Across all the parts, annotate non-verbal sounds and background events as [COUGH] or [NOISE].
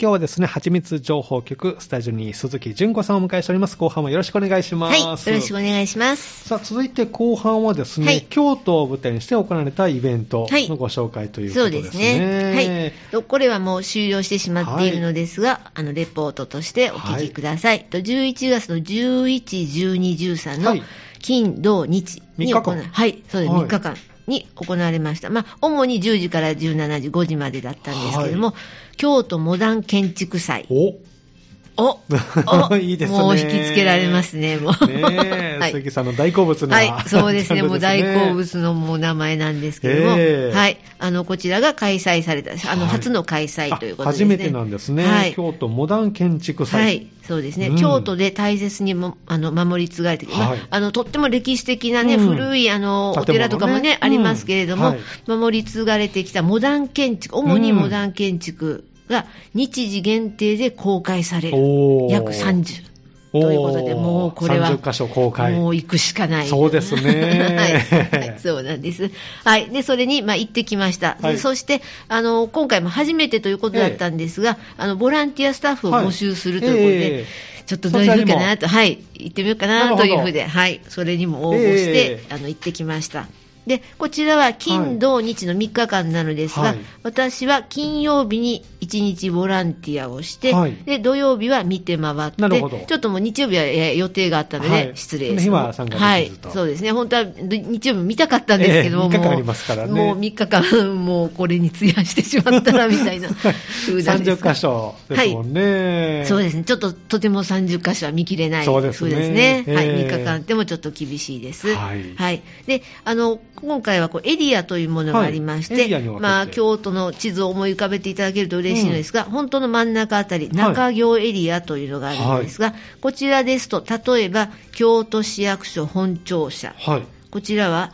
今日はですね、蜂蜜情報局、スタジオに鈴木純子さんをお迎えしております。後半もよろしくお願いしまはい、す。よろしくお願いします。さあ、続いて後半はですね、はい京都を舞台にして行われたイベントはいのご紹介というこそとうでですすね。ね。はい。これはもう終了してしまっているのですが、あの、レポートとしてお聞きください。と11月の11、12、13はのい金、土、日に行三わ日間はい、そうです。はい3日間に行われました。まあ、主に10時から17時、5時までだったんですけども、京都モダン建築祭。お [LAUGHS] おいいですねもう引きつけられますね、もおう。ねえ、 [LAUGHS] はい鈴木さんの大好物な、 [LAUGHS] はい、そうですね、もうジャン大ルですね好。物のもう名前なんですけども、ええはい、あのこちらが開催された、あのはい初の開催ということあですね。初めてなんですね、はい京都モダン建築祭。はい、そうですね、うん京都で大切にもあの守り継がれてきて、まはいあ、あのとっても歴史的な、ねうん古いあのお建物ね寺とかも、ねうんありますけれども、はい守り継がれてきたモダン建築、主にモダン建築が日時限定で公開される、おー約30。ということでおーもうこれは30箇所公開。もう行くしかない。そうですね [LAUGHS] はい。はいそうなんです。はい。で、それに、まあ、行ってきました。はいそして、あの、今回も初めてということだったんですが、あの、ボランティアスタッフを募集するということで、はいえちょっとどういうふうかなと、はい、行ってみようかなるなほどというふうで、はい、それにも応募しえ、てえあの、行ってきました。で、こちらははい金、土、日の3日間なのですが、はい私は金曜日に1日ボランティアをして、はいで、土曜日は見て回って、なるほどちょっともう日曜日はえー予定があったので、はい失礼です。今は参加できずとはい、そうですね。本当は日曜日見たかったんですけども、ええ三日間ありますからねもう3日間、もうこれに費やしてしまったらみ [LAUGHS] たいな風なんです30が箇所ですもんね。そうですね、ちょっととても30箇所は見切れないそそううでですすねね、ええはい、3日間でもちょっと厳しいです。はいであの今回はこうエリアというものがありまして、はいエリアに分けてまあ、京都の地図を思い浮かべていただけると嬉しいのですが、本当の真ん中あたり、い中行エリアというのがあるんですが、こちらですと、例えば京都市役所本庁舎、はい。こちらは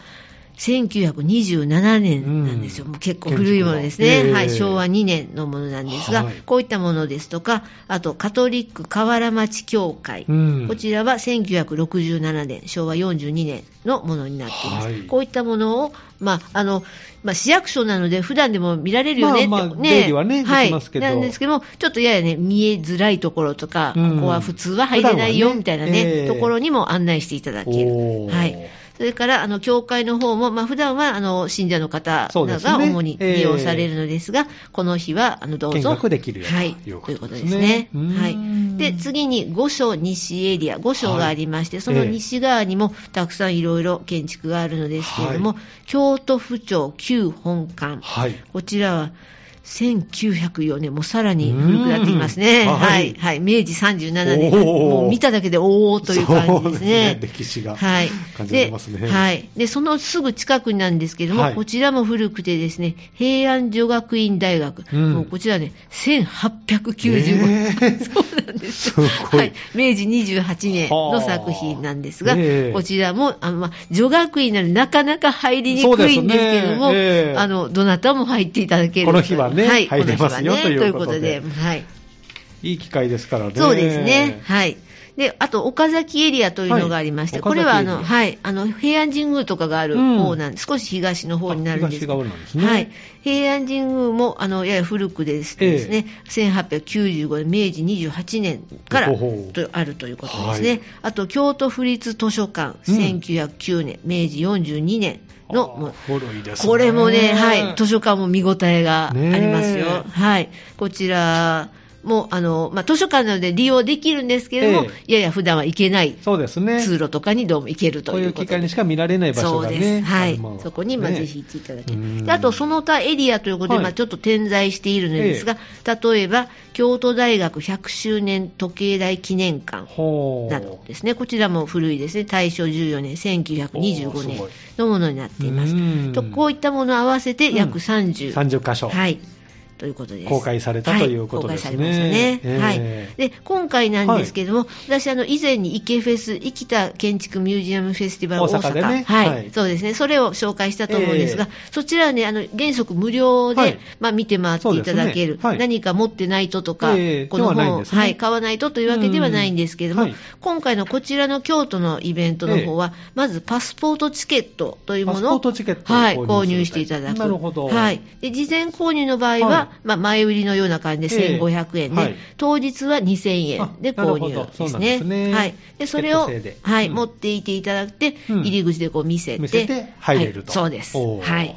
1927年なんですよ、うんもう結構古いものですね、建築のはええい、昭和2年のものなんですが、はいこういったものですとか、あとカトリック河原町教会、うんこちらは1967年、昭和42年のものになっています。はいこういったものを、まああのまあ、市役所なので、普段でも見られるよねって、まあまあね出入りはねいできますけどなんですけども、ちょっとややね、見えづらいところとか、うんここは普通は入れない普段はよねみたいなええね、ところにも案内していただける。おーはいそれから、あの、教会の方も、まあ、普段は、あの、信者の方そうでなすねが主に利用されるのですが、この日は、あの、どうぞ。見学できるよはとい。といいううここととでですすねね。うーんはい。で、次に、五所西エリア、五所がありまして、その西側にも、たくさんいろいろ建築があるのですけれども、は京都府庁旧本館。はい。こちらは、1904年、もうさらに古くなっていますうね。んははいい。はい。明治37お年。ーもう見ただけで、おおという感じですねそう。歴史がはい、感じられますね。ではい、でそのすぐ近くなんですけれども、はいこちらも古くてですね、平安女学院大学、うんもうこちらね、1895年、えー [LAUGHS] そうなんです。すごいはい、明治28年の作品なんですが、はあええこちらもあの、まあ、女学院なのでなかなか入りにくいんですけれどそうも、ですねええあのどなたも入っていただけるとこの日はねはい、入れますよこのと日はねといいううこことでとで、はい。いい機会ですからね。そうですね。。はい。で、あと、岡崎エリアというのがありまして、はいこれは、あの、岡はい、あの、平安神宮とかがある方なんです、少し東の方になるんですあ東側なんですねはい。平安神宮も、あの、やや古くですええですね、1895年、明治28年からほうほうとあるということですね。はいあと、京都府立図書館、うん1909年、明治42年の、もあ古ういですね。これもね、はい、図書館も見応えがありますねよ。えはい、こちらもあの、まあ、図書館なので利用できるんですけれども、えやや普段は行けないそうですね。通路とかにどうも行けることういいううこ機と会でに。しか見られない場所そがうね。です、はあいるもん、そこにまあねぜひ行っていただけうんる、であとその他エリアということはで、いまあちょっと点在しているのですが、例えば京都大学100周年時計台記念館、ほう。などですね、こちらも古いですね、大正14年、おー1925す年ごいのものになっていまうすーん。とこういったものを合わせてうん約30、 30箇所。はい、ということです。公開されたはということですね公開されましたね。はいえで今回なんですけれども、私あの、以前に池フェス、生きた建築ミュージアムフェスティバル大阪大阪でねはいはいそうですね、それを紹介したと思うんですが、そちらは、ね、あの原則無料で、はいまあ、見て回っていただけそうる、ですねはい何か持ってないととか、ええこでのはない本んを、ですねはい、買わないとというわけではないんですけれども、うんはい今回のこちらの京都のイベントの方は、まずパスポートチケットというものをパスポートチケットをはい、購購入す入しるていただく。なるほどはいで事前購入の場合は、ははいは、まあ、前売りのような感じええで1500円で、はい当日は2000あ円で購なる入ほどでそうなすんでね。すねはい。で、それを、チケット制ではい、うん持っていていただいて、うん入り口でこう見せて、見せて入れるとはいそうです。おーはい。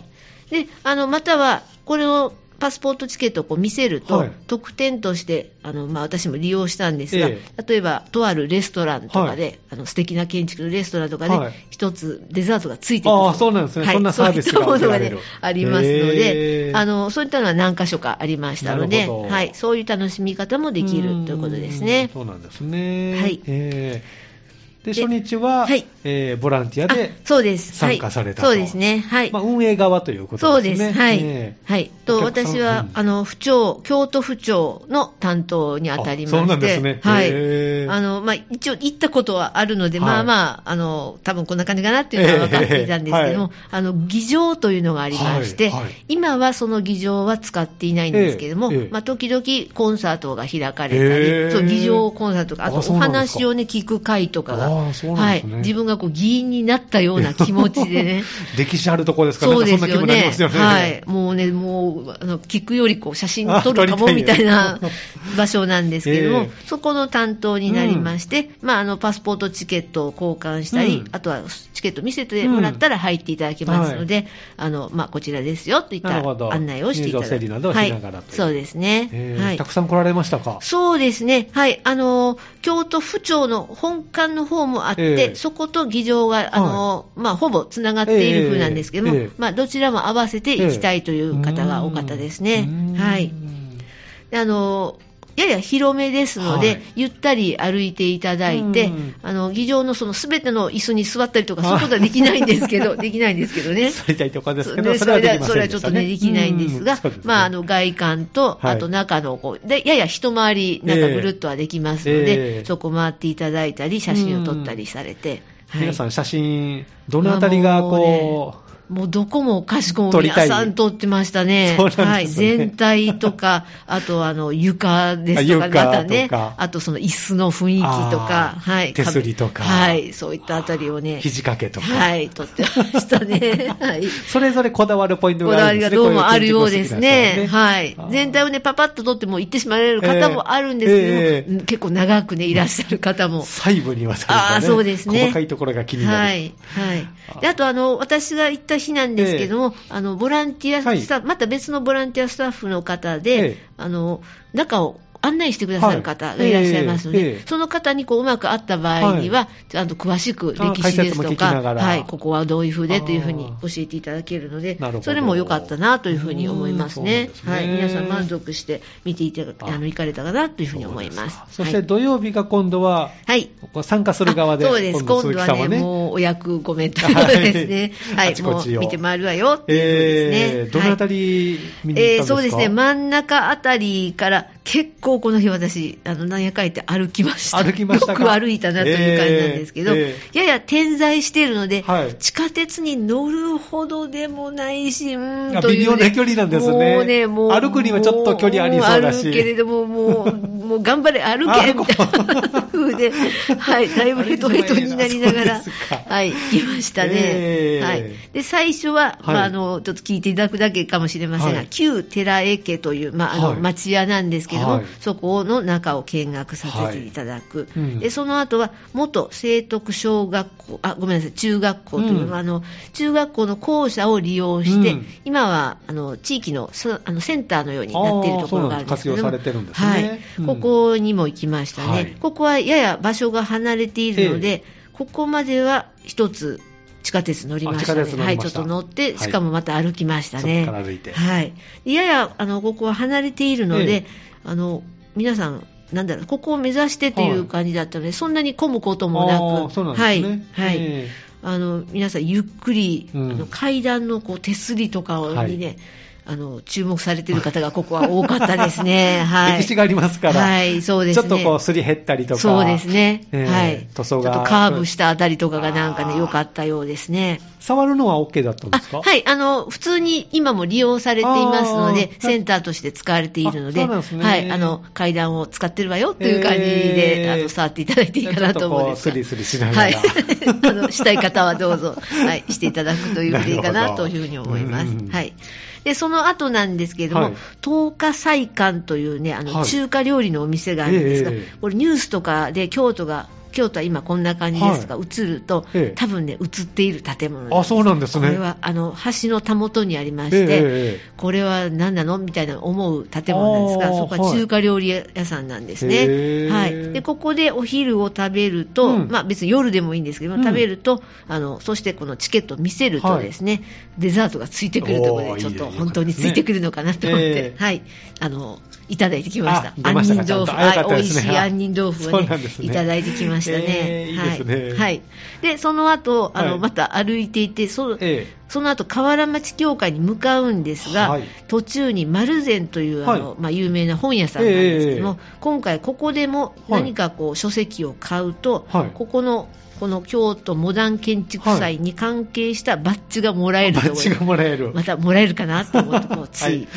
で、あの、または、これを、パスポートチケットをこう見せると、はい特典としてあの、まあ、私も利用したんですが、え例えばとあるレストランとかで、あの素敵な建築のレストランとかで、はい一つデザートがついてくるああ、そうなんですね。はいそんなサービスがそうい受けったもらのが、れねる。、ありますのへでーあの、そういったのは何箇所かありましたのなで、るほどはい、そういう楽しみ方もできるということですねうん。そうなんですね。はいえーで、で初日は、はいえーボランティアあで、そうです、はい参加されたとそうですね、はいまあ、運営側というこそとうでですね。す、はい、えはい、とお客さん私は、うんあの府庁、京都府庁の担当にー当たりまして、あそうなんですね。はい、えーあのまあ、一応行ったことはあるので、はいまあまあ、あの多分こんな感じかなっていうのは分かっていたんですけども、はいあの議場というのがありまして、はいはい今はその議場は使っていないんですけども、ええええまあ、時々コンサートが開かれたり、ええそう議場コンサートとか、あとあそおうなんですか話を、ね、聞く会とかが。あーそうなんはでいすね。、自分がこう議員になったような気持ち [LAUGHS] でね、 [LAUGHS] 歴史あるところですから、そうなんでかそすんな気よ分になりねますよね。はい、もうね、もうあの聞くよりこう写真あ撮るか撮もりみたたいいな場所なんですけれども、えそこの担当になりまして、まあ、あのパスポートチケットを交換したり、うんあとはチケット見せてもらったら入っていただきますので、あのまあ、こちらですよといっなたるほど案内をしていた入だ場整理などをしながらはいというそうですね。えーはいたくさん来られましたか。そうですね、はい、あの京都府庁の本館の方もあって、ええそこと議場があの、まあ、ほぼつながっている風なんですけども、ええええまあ、どちらも合わせて行きたいという方が多かったですね。うんはい、であのやや広めですので、はいゆったり歩いていただいてうん、あの議場のそのすべての椅子に座ったりとか、そういうことはできないんですけ [LAUGHS] ど、できないんですけどね。されたいとかですけど、ねそそれはれできでまそせれんはでちょしったとねね、できないんですが、そうですねまあ、あの外観と、はいあと中のこう、でやや一回り、なんかぐるっとはできますのえで、えええそこ回っていただいたり、写真を撮ったりされて、はい皆さん、写真、どのあたりがこう、もうどこもかしこも撮りた皆いさん撮ってましたね。そうなんですねはい。全体とか、あとあの床ですとあか、床またねとか、あとその椅子の雰囲気とか、あーはい。手すりとかはい。そういったあたりをね、肘掛けとか、はい、撮ってましたね。 [LAUGHS] はい。それぞれこだわるポイントこがだあわるんりですがね。どうもあるようですこういね。う建築好きな人ははいあー。全体をね、パパッと取っても行ってしまわれる方もあるんですけども、ええええうん結構長くね、いらっしゃる方も。細部にわたるとねあーそうですね細かいところが気になる。はい。はいあ。で、あと、あの、私が行った日なんですけども、あの、ボランティアスタッフ、また別のボランティアスタッフの方で、ええあの、中を案内してくださる方がいらっしゃいますので、はいええええその方にこう、うまく会った場合には、ちゃんと詳しく歴史ですあ解説も聞ときなか、がらはい、ここはどういうふうでというふうにあ教えていただけるのでなるほど、それも良かったなというふうに思いますねうん。そうなんはですい。ね皆さん満足して見ていただ、ああの、行かれたかなというふうに思いそうまですか。そしてはい土曜日が今度は、はい。こう参加する側で、あそうです。今度鈴木はさんね、もうお役ごめんとはいいうことです [LAUGHS] ね。はい、あちこもちをう見て回るわよっていうえことですね。ー、どのあたはいり見にえ行ーったそんうでですか、すね、真ん中あたりから、結構この日私、あの、何やかんやって歩きました。歩きましたかよく歩いたなという感じなんですけど、えーえやや点在しているので、はい地下鉄に乗るほどでもないし、うーあん、という、ね。微妙な距離なんですねもうね、もう。歩くにはちょっと距離ありそうだしもうあるけれども、もう、もう頑張れ、歩け、みたいな風で、はい、だいぶヘトヘトになりながあらそうですか、はい、行きましたね。えーはい。で、最初は、はいまあ、あの、ちょっと聞いていただくだけかもしれませんが、はい旧寺江家という、まあ、あの、はい町屋なんですけども、はいそこの中を見学させていただく。はいうんで、その後は、元聖徳小学校、あ、ごめんなさい、中学校という、うんあの、中学校の校舎を利用して、うん今は、あの、地域の、そあの、センターのようになっているところがあるんですけどもあーそうなんです活用されてるんですねはい。うんここにも行きましたね。はいここはやや場所が離れているので、えここまでは一つ地下鉄乗りましたね。あ地下鉄乗はりい、まちょしったと乗っはて、いしかもまた歩きましたね。そこから歩いてはい。でやや、あの、ここは離れているのえで、えあの、皆さん、なんだろう、ここを目指してといはいう感じだったので、そんなに混むこともなあーく、そうなんですね。はい。はいえあの皆さん、ゆっくり、うんあの階段のこう手すりとかをはいにね、あの注目されてる方がここは多かったで [LAUGHS] すね。は歴史いがありますから、はい、そうですちょね。っとこう、すり減ったりとか、そうですね。えーはい。塗装がちょっとカーブしたあたりとかがなんかあね、ー良かったようですね。触るのは OK だったんあですかはい、あの、普通に今も利用されていますのであ、ーセンターとして使われているのあで、そうなんですねはい、あの、階段を使ってるわよという感じで、えーあの、触っていただいていいかなと思うんですちょっとこうスリスがリしながら [LAUGHS] はい。あの、したい方はどうぞ、はい、していただくというふうでいいかなというふうに思いなまるすほどう。んはい。で、その後なんですけれども、はい東華菜館というね、あの、はい中華料理のお店があるんですが、えええこれニュースとかで京都が、京都は今こんな感じですとか、は映ると、ええ多分ね、映っている建物なんですあ、そうなんですこれね。はあの橋のたもとにありましええて、えこれは何なのみたいな思う建物なんですあが、ーそこは中華料理屋さんなんですへね。ーはい、でここでお昼を食べると、うんまあ、別に夜でもいいんですけども、うん食べるとあの、そしてこのチケットを見せるとですね、デザートがついてくるところおーで、ちょっといいね本当についてくるのかなと思って、いいですねえはい、あのいただいてきましたあ。出ましたか杏仁豆腐、ちゃんとあよかった美で味すねしい杏仁豆腐を、そうなねんですねいただいてきましたね。えーいいですねはいはい、でその後あの、はいまた歩いていて、そええその後河原町教会に向かうんですが、はい途中に丸善というあの、はまあ、有名な本屋さんなんですけども、え今回ここでもはい何かこう書籍を買うと、はいここのこの京都モダン建築祭に関係したバッジがもらえるとバころッジがもらえる。またもらえるかなと思ってこうつい、ははいい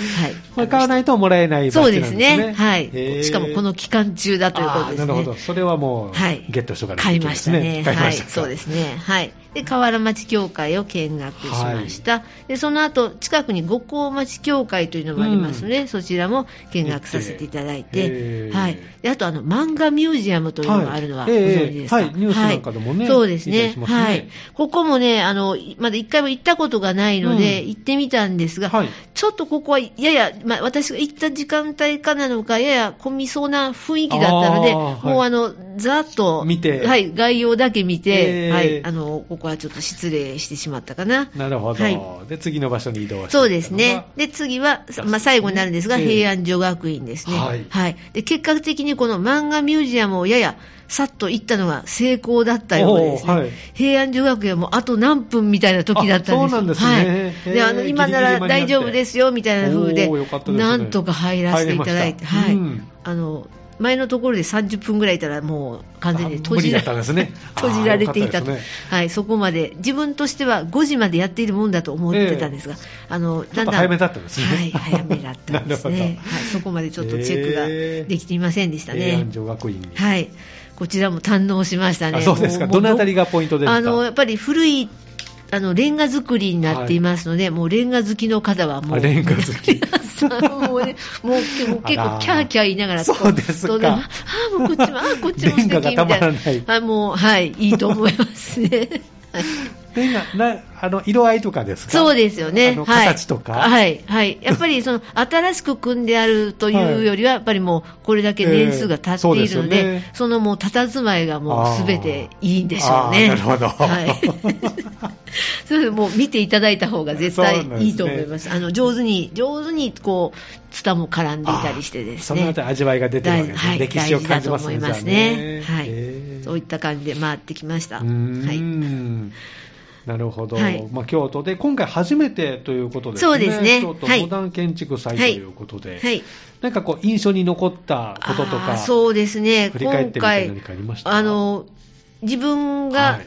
これ買わないともらえないバそッうジでなんですすね。ね、はいへえしかもこの期間中だということですあーなるほど。ね。それはもう、はいゲットしとかないと買いけなまでしすたね。買いはまい、したかそうですね。はい。で、河原町教会を見学しました。で、その後、近くに五光町教会というのもありますので、そちらも見学させていただいへてえ、はい。で、あと、あの、漫画ミュージアムというのがあるのはごはい存知ですか、ええええはいニュースなんかでもねはいそうですいたりねしますねはい。ここもね、あの、いまだ一回も行ったことがないので、うん行ってみたんですが、はいちょっとここは、やや、まあ、私が行った時間帯かなのか、やや混みそうな雰囲気だったので、あーはいもうあの、ざっと、見てはい、概要だけ見て、えーはい、あの、ここはちょっと失礼してしまったかな。なるほど、はで、次の場所に移動していったのがそうですね。で、次は、まあ、最後になるんですが、ええ平安女学院ですね。はいで、結果的にこの漫画ミュージアムをやや、さっと行ったのが成功だったようでですね。おーはい平安女学院はもうあと何分みたいな時だったんですよあそうなんですねはい。で、あの、へー今なギリギらリ間に合って大丈夫ですよ、みたいな風で、おーよかったですねなんとか入らせていただいて、入はれい。ましたうんあの、前のところで30分ぐらいいたらもう完全に閉じあ無理だらったんですね閉じられていたとあーよかったですはい、そこまで自分としては5時までやっているもんだと思ってたんですが、あのちょっと早めだったんですねはい、早めだったんです [LAUGHS] なるねほ、はい、そこまでちょっとチェックがへーできていませんでした平ね安。女学院に。はい、こちらも堪能しましたね。あそうですかもうどのあたりがポイントですかあのやっぱり古いあのレンガ作りになっていますので、もうレンガ好きの方はもあう、レンガ好 [LAUGHS] き皆さんもうね、もう結構あ結ら構キャーキャー言いながら、そうですかこうああ、もうこっちも、ああ、こっちも素敵みたレンいな。ガがたまらないあもう、はい、いいと思いますね。 [LAUGHS] はいレンガなあの色合いとかですかそうですよね。あのはい形とか、はい。はい。やっぱり、そ [LAUGHS] の、新しく組んであるというよりは、やっぱりもう、これだけ年数が経っているので、ええそうそですよねのもう、佇まいがもう、すべていいんでしょうね。あーなるほど [LAUGHS] はい。 [LAUGHS] それでもう、見ていただいた方が絶対いいと思います。あの、上手に、上手に、こう、ツタも絡んでいたりしてですあーそのねあ。たり味わいが出てるわけですね、大事歴史を感じますねはい大事だと思いますね。じゃあはいへ。ーそういった感じで回ってきました。うーはい。んなるほど、はいまあ、京都で今回初めてということですね、そうですね京都はいモダン建築祭ということで、はい。なんかこう、印象に残ったこととあか、ーそうですね、振り返ってみて何今かありました回あの自分がはい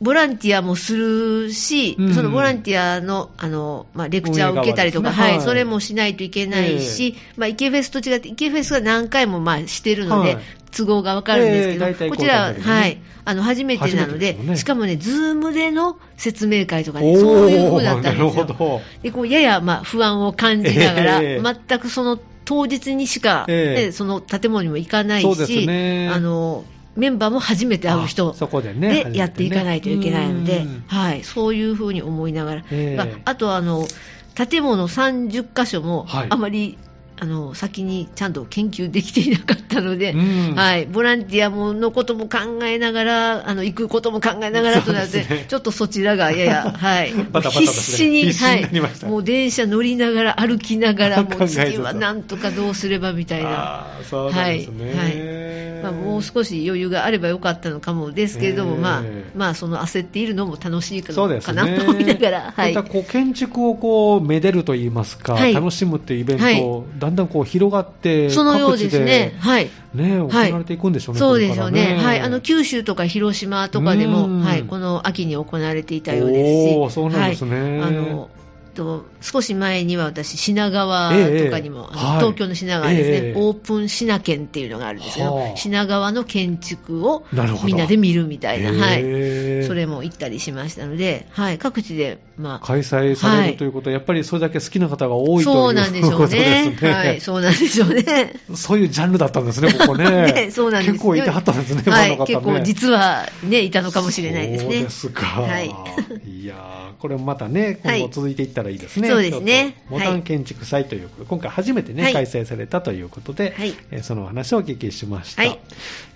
ボランティアもするし、うんそのボランティアのあの、まあ、レクチャーを受けたりとか、運営側ですねはいはいそれもしないといけないし、まあ、イケフェスと違って、イケフェスは何回もまあしてるので、はい都合がわかるんですけど、ええ大体こちらは、こういう感じでねはい、あの初めてなの初めてでですもんねしかもね、ズームでの説明会とかおね、ーそういう風だったんですなよる。ほどでこうややまあ不安を感じながら、ええ全くその当日にしか、ええねその建物にも行かないそうですし、ねあのメンバーも初めて会う人あそこでねでやっていかないといけないので、うんはい、そういうふうに思いながら、ええまあ、あとはあの建物30箇所もはいあまり、あの先にちゃんと研究できていなかったので、うんはい、ボランティアものことも考えながらあの行くことも考えながらとなっそうて、ですねちょっとそちらがや [LAUGHS] や、はい、バタバタとね必死に必死になりましたはい、もう電車乗りながら歩きながら考えもうずと次はなんとかどうすればみたいな。あーそうなんですね、はいまあ、もう少し余裕があればよかったのかもですけれども、ええまあまあ、その焦っているのも楽しいかそうですなねと思いながら、はいまたこう建築をこうめでるといいますか、はい楽しむっていうイベント、だんだんこう広がって、 [LAUGHS] そのようですね、各はい、地で、ね、行はいわれていくんでしょうね、そこうれでかしょらうね、はい、あの九州とか広島とかでうんも、はい、この秋に行われていたようですし、おーそうなんですねはいあのと、少し前には私、品川とかにも、ええあのはい東京の品川ですね、ええオープン品県っていうのがあるんですけど、はあ品川の建築をなるほどみんなで見るみたいな、はい、へーそれも行ったりしましたので、はい、各地で、まあ、開催されはるいということは、やっぱりそれだけ好きな方が多いというそうなんでしょこうとですね。 [LAUGHS] ね。はい、そうなんでしょうね。そういうジャンルだったんですね、ここね。 [LAUGHS] ねそうなんですよ結構いてはったんですね、はファンい、の方ね。結構実はね、いたのかもしれないですそうねで。すか。はいいやーこれもまたね、は今い後続いていったらいいですね。そうですね京都モダン建築祭ということで、今回初めてね、はい開催されたということで、はいえーそのお話をお聞きしました。はい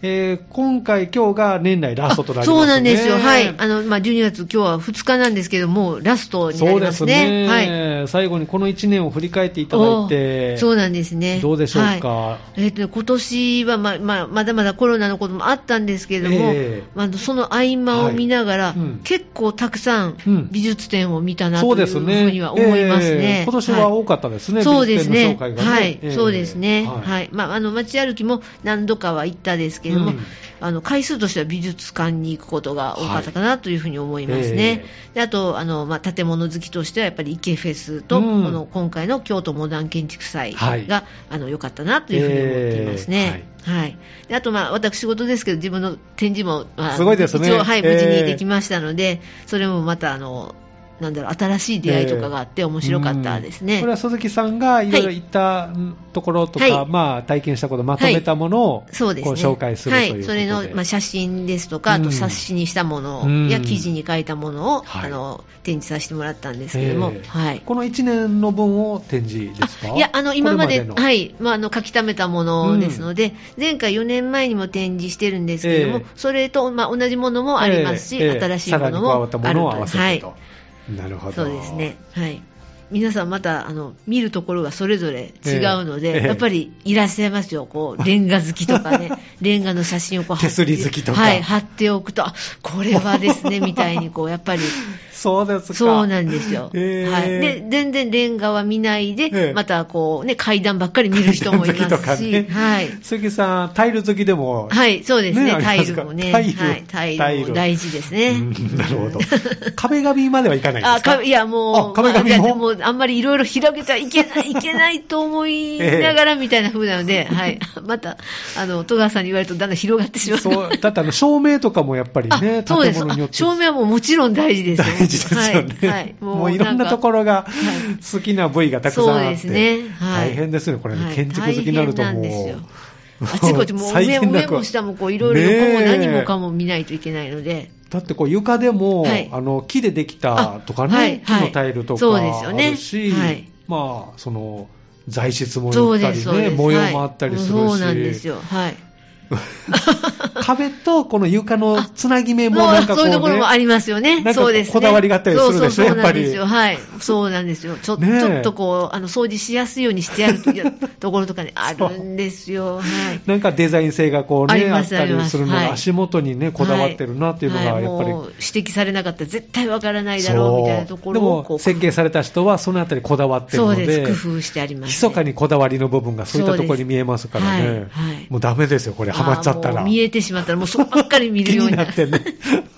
えー今回、今日が年内ラストとなりあますね。そうなんですよ、はいあのまあ、12月、今日は2日なんですけども、ラストになそうりでますすね、ね、はい、最後にこの1年を振り返っていただいて、おそうなんですね、どうでしょうか、はいえっと今年はまあまあまだまだコロナのこともあったんですけれども、ええまあ、その合間を見ながら、はいうん結構たくさうんん美術展を見たなそとういでうすふね。うには思いまえすね。え今年は多かったですね、そうです美ね術展の紹介がねはい、ええそうですね、はいはいまあ、あの街歩きも何度かは行ったですけれども、うんあの回数としては美術館に行くことが多かったかなというふうに思いますね、はいえであとあの、まあ、建物好きとしてはやっぱり池フェスと、うんこの今回の京都モダン建築祭はいがあの良かったなというふうに思っていますね。はいであと、まあ、私事ですけど自分の展示も、まあすごいですね一応、はい、ええ無事にできましたので、それもまたあのなんだろう新しい出会いとかがあって面白かったですね。うんこれは鈴木さんがいろいろ行ったところとか、はいまあ、体験したことまとめたものをそうですこね。う紹介するということで、はい、それの、まあ、写真ですとか、あうんと冊子にしたもの、うんや記事に書いたものを、はいあの展示させてもらったんですけれども、ええはい。この1年の分を展示ですかあいや、あの、今まで、これのはい、まあ、あの、書き溜めたものですので、前回4年前にも展示してるんですけれども、ええそれと、まあ、同じものもありますし、ええええ新しいさらものもに加あわるったものを合わせてと、はい。なるほどそうですね。はい。皆さんまた、あの、見るところがそれぞれ違うのええで、ええやっぱりいらっしゃいますよ。こう、レンガ好きと [LAUGHS] かね、レンガの写真をこう貼って、手すり好きとかはい、貼っておくと、あこれはで [LAUGHS] すね、みたいに、こう、やっぱり、そうですかそうなんですよ。ええはい。で、全然レンガは見ないで、ええまたこう、ね、階段ばっかり見る人もい [LAUGHS] 階段好きとまかすし、ねはい。鈴木さんタイル好きでもはい、そうですねね。ありタまイすルかもね、タイルはい、タイルも大事ですね。うんなる [LAUGHS] ほど。壁紙まではいかないであすかかいや、もあう、壁紙もまあいやもうあんまりいろいろ広げちゃいけない、いけないと思いながらみたいな風な [LAUGHS] ので、はい。また、あの、戸川さんに言われるとだんだん広がってしまう。そう、だってあの、照明とかもやっぱりあね、そう建です。物あによって照明はもうもちろん大事ですよ。大事ですよね。はい。はい、もういろんなところ。ろがい好きな部位がたくさんあって。そうですねはい大変ですね、これね、はい建築好きになるともう。大変なんですよあちこち [LAUGHS] もう上も上も下もこういろいろこう何もかも見ないといけないので。だってこう床でも、はいあの木でできたとかね、あはい木のタイルとかはいあそうでるすし、よねはいまあその材質もそあうったでりす、そうでね、す。模様もあったりするし、はいそうなんですよ。 [LAUGHS] [LAUGHS] はい。壁とこの床のつなぎ目もなんかこそうう、いうね、ところもありますよなんかね。こうそうですね。こだわりがあったりするでしょそうそうそうやっぱりそうなんですよ。はい。そうなんですよ。ちょ,、ねえちょっとこう、あの、掃除しやすいようにしてあるとところとかね、あるんですよ。はい。なんかデザイン性がこうあね、りあまっすたありりますするのはがい足元にね、こだわってるなっていうのがやっぱり。はいもう指摘されなかったら絶対わからないだろうみたいなとそこうでろをこもう設計された人はそのあたりこだわってるそのうでです。工夫してあります、ね。密かにこだわりの部分がそういったところに見えますからそうねですはいはいもうダメですよこれハマっちゃったあーらもう見えてしまったら、もうそこばっかり見る気ようににななるってね [LAUGHS]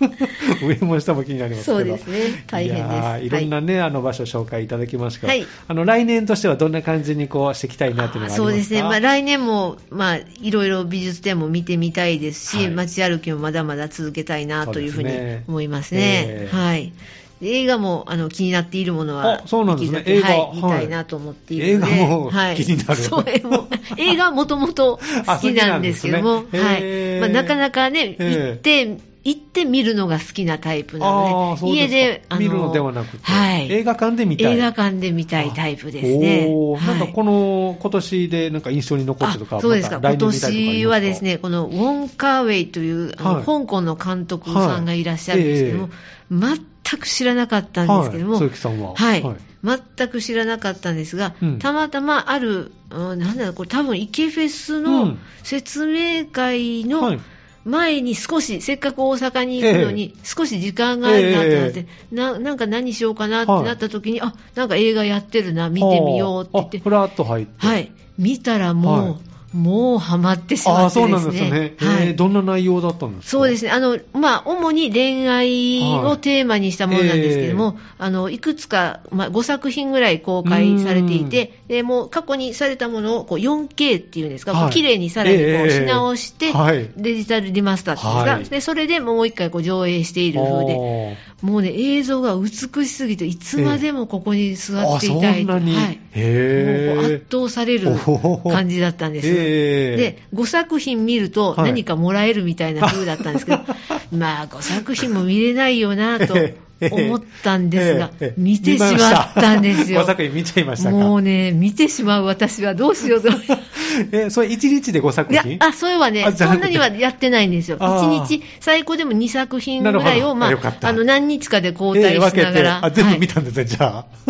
上も下も気になりますけどそうですね大変ですいやーいろんなね、あの場所紹介いただきましたけはどいあの来年としてはどんな感じにこうしていきたいなっていうのがありますかそうですね、まあ、来年も、まあ、いろいろ美術展も見てみたいですし、はい街歩きもまだまだ続けたいなというふうにそうですね思いますね。ええはいで映画もあの気になっているものあはそうなんですねきるだけ映画はいはい見たいなと思っているので映画もはい気になるそうえ [LAUGHS] も映画はもともと好きなんですけどあも、好きなんですねはいへえまあ、なかなかね、ええ行って行って見るのが好きなタイプなあのーでそう家すかであ見るのではなくて、はい、映画館で見たい映画館で見たいタイプですね。おーはいなんかこの今年でなんか印象に残ってとか、あそうですか、また来今年見たいとかありますか年はです、ね、このウォン・カーウェイという、あのはい香港の監督さんがいらっしゃるんですけども、はい全く知らなかったんですけども、はい、鈴はい木さんは。全く知らなかったんですが、うんたまたまある、うんなんだろう、これ、多分池フェスうのん説明会はのい前に少し、せっかく大阪に行くのに、少し時間があるなってなって、ななんか何しようかなってなった時に、あなんか映画やってるな、見てみようって言ってあ。ふらっと入って。はい、見たらもう、はいもうハマってしあまあ、ってそうでなんすですよねね。。えーどんな内容だったんですか。そうですすね。あの、まあ、主に恋愛をテーマにしたものなんですけども、はいあの、いくつか、まあ、5作品ぐらい公開されていて、で、もう過去にされたものを、こう、4K っていうんですか、こはうい綺麗にさらにこえう、えし直して、はいデジタルリマスターっていうんですか、はいで、それでもう一回こう、上映している風で、もうね、映像が美しすぎて、いつまでもここに座あーあ、っていたい。そんなに。はい。もうこう圧へ倒される感じだったんです。ええで、5作品見るとはい何かもらえるみたいな風だったん [LAUGHS] ですけど、まあ5作品も見れないよなとええ思ったんですが、 [LAUGHS] ええええ見てしまったんですよ見ました。5作品見 [LAUGHS] ちゃいましたか。もうね、見てしまう私はどうしようと。え、それ1日で5作いや品、あ、それはねあ、じゃそなくんてなにはやってないんですよ。あー1日、最高でも2作品ぐならるいほどを、まあよかあっ、たあの、何日かで交え代えし分けながて、ら。あ、全は部い見たんですね、じゃ [LAUGHS]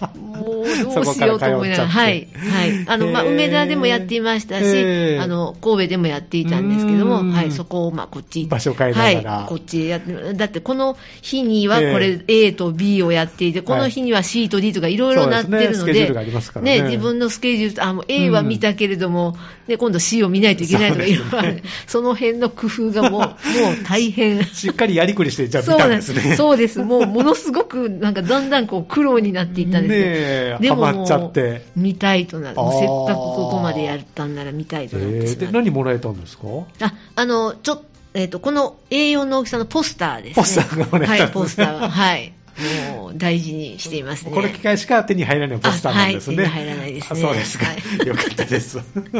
あ。もうどうしよそこからうと思いながら、通っちゃってはい、はい、あのまあへー梅田でもやっていましたし、へーあの神戸でもやっていたんですけどうーんも、はい、そこをまあこっち場所変えながらはい、こっちやって、だってこの日にはこへれ、A と B をやっていて、この日には C と D とかいろいろなってるそのうですねスケジューでルがありますからね自分のスケジュールと、あもう A は見たけれども、で今度 C を見ないといけないとか、いろいろある、 [LAUGHS] その辺の工夫がもう、もう大変。しっかりやりくりして、じゃあ見そうたなんんでですすね。そうです。もうものすごく、なんかだんだんこう苦労になっていったんですよねえでもハマっちゃって見たいとなる。もうあーせっかくここまでやったんなら見たいとなってえしー、で、まう。何もらえたんですかあ、あの、ちょっと、えっ、と、この A4 の大きさのポスターですね。ポスターがもらえたんですねはい、ポスターは。はい。もう大事にしていますね。これ機会しか手に入らないポスターなんですね。あはい手に入らないですねあそうですか。はいよかったです。 [LAUGHS]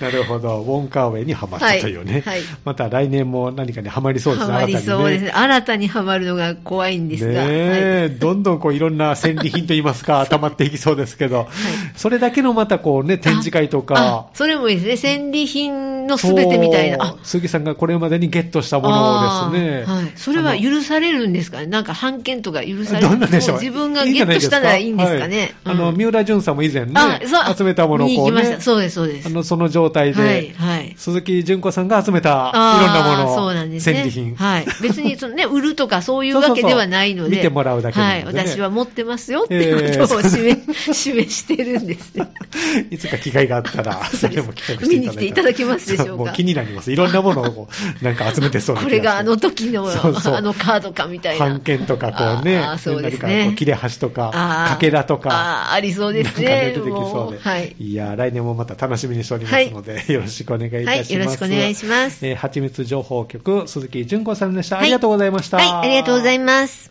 なるほど。ウォンカーウェイにハマったというね。はいはいまた来年も何かにハマりそうですね、はまりそうです新ね。新たにはまるのが怖いんですたにが。ねはいねえ、どんどんこういろんな戦利品といいます [LAUGHS] か、溜まっていきそうですけど、それだけのまたこうね、展示会とあか、それもいいですね。戦利品のすべてみたいな。あそう杉さんがこれまでにゲットしたものをですね、あーはい、それは許されるんですかね、なんか判件とか許されるどんなんでしょうも自分がゲットしたならいいんですかね。はいあのうん三浦淳さんも以前ねあそう集めたものをこ見う、に行きましねた、そうです、そうです。あのその状態で、はい、はい。鈴木純子さんが集めたいあーろんなものをそうなんですね戦利品、はい。別に [LAUGHS] その、ね、売るとかそういそううそうわそうけではないので。見てもらうだけなのでねはい。私は持ってますよっていうことを示,、示してるんですね。 [LAUGHS] いつか機会があった [LAUGHS] ら、それも企画していただいたら見に来ていただけますでしょうもかう気になります。いろんなものをこうなんか集めてそうな気こがしてれがあの時の、そうそうあのカードかみたいな。半券とかこうね、あーそうですね何かこう切れ端とか、あーかけらとか、あーありそうですなんかね。出てきそうもで。うはい。いやー、来年もまた楽しみにしておりますので、よろしくお願いいたします。はいよろしくお願いしますえー、蜂蜜情報局、鈴木純子さんでした。はいありがとうございました。はい、ありがとうございます。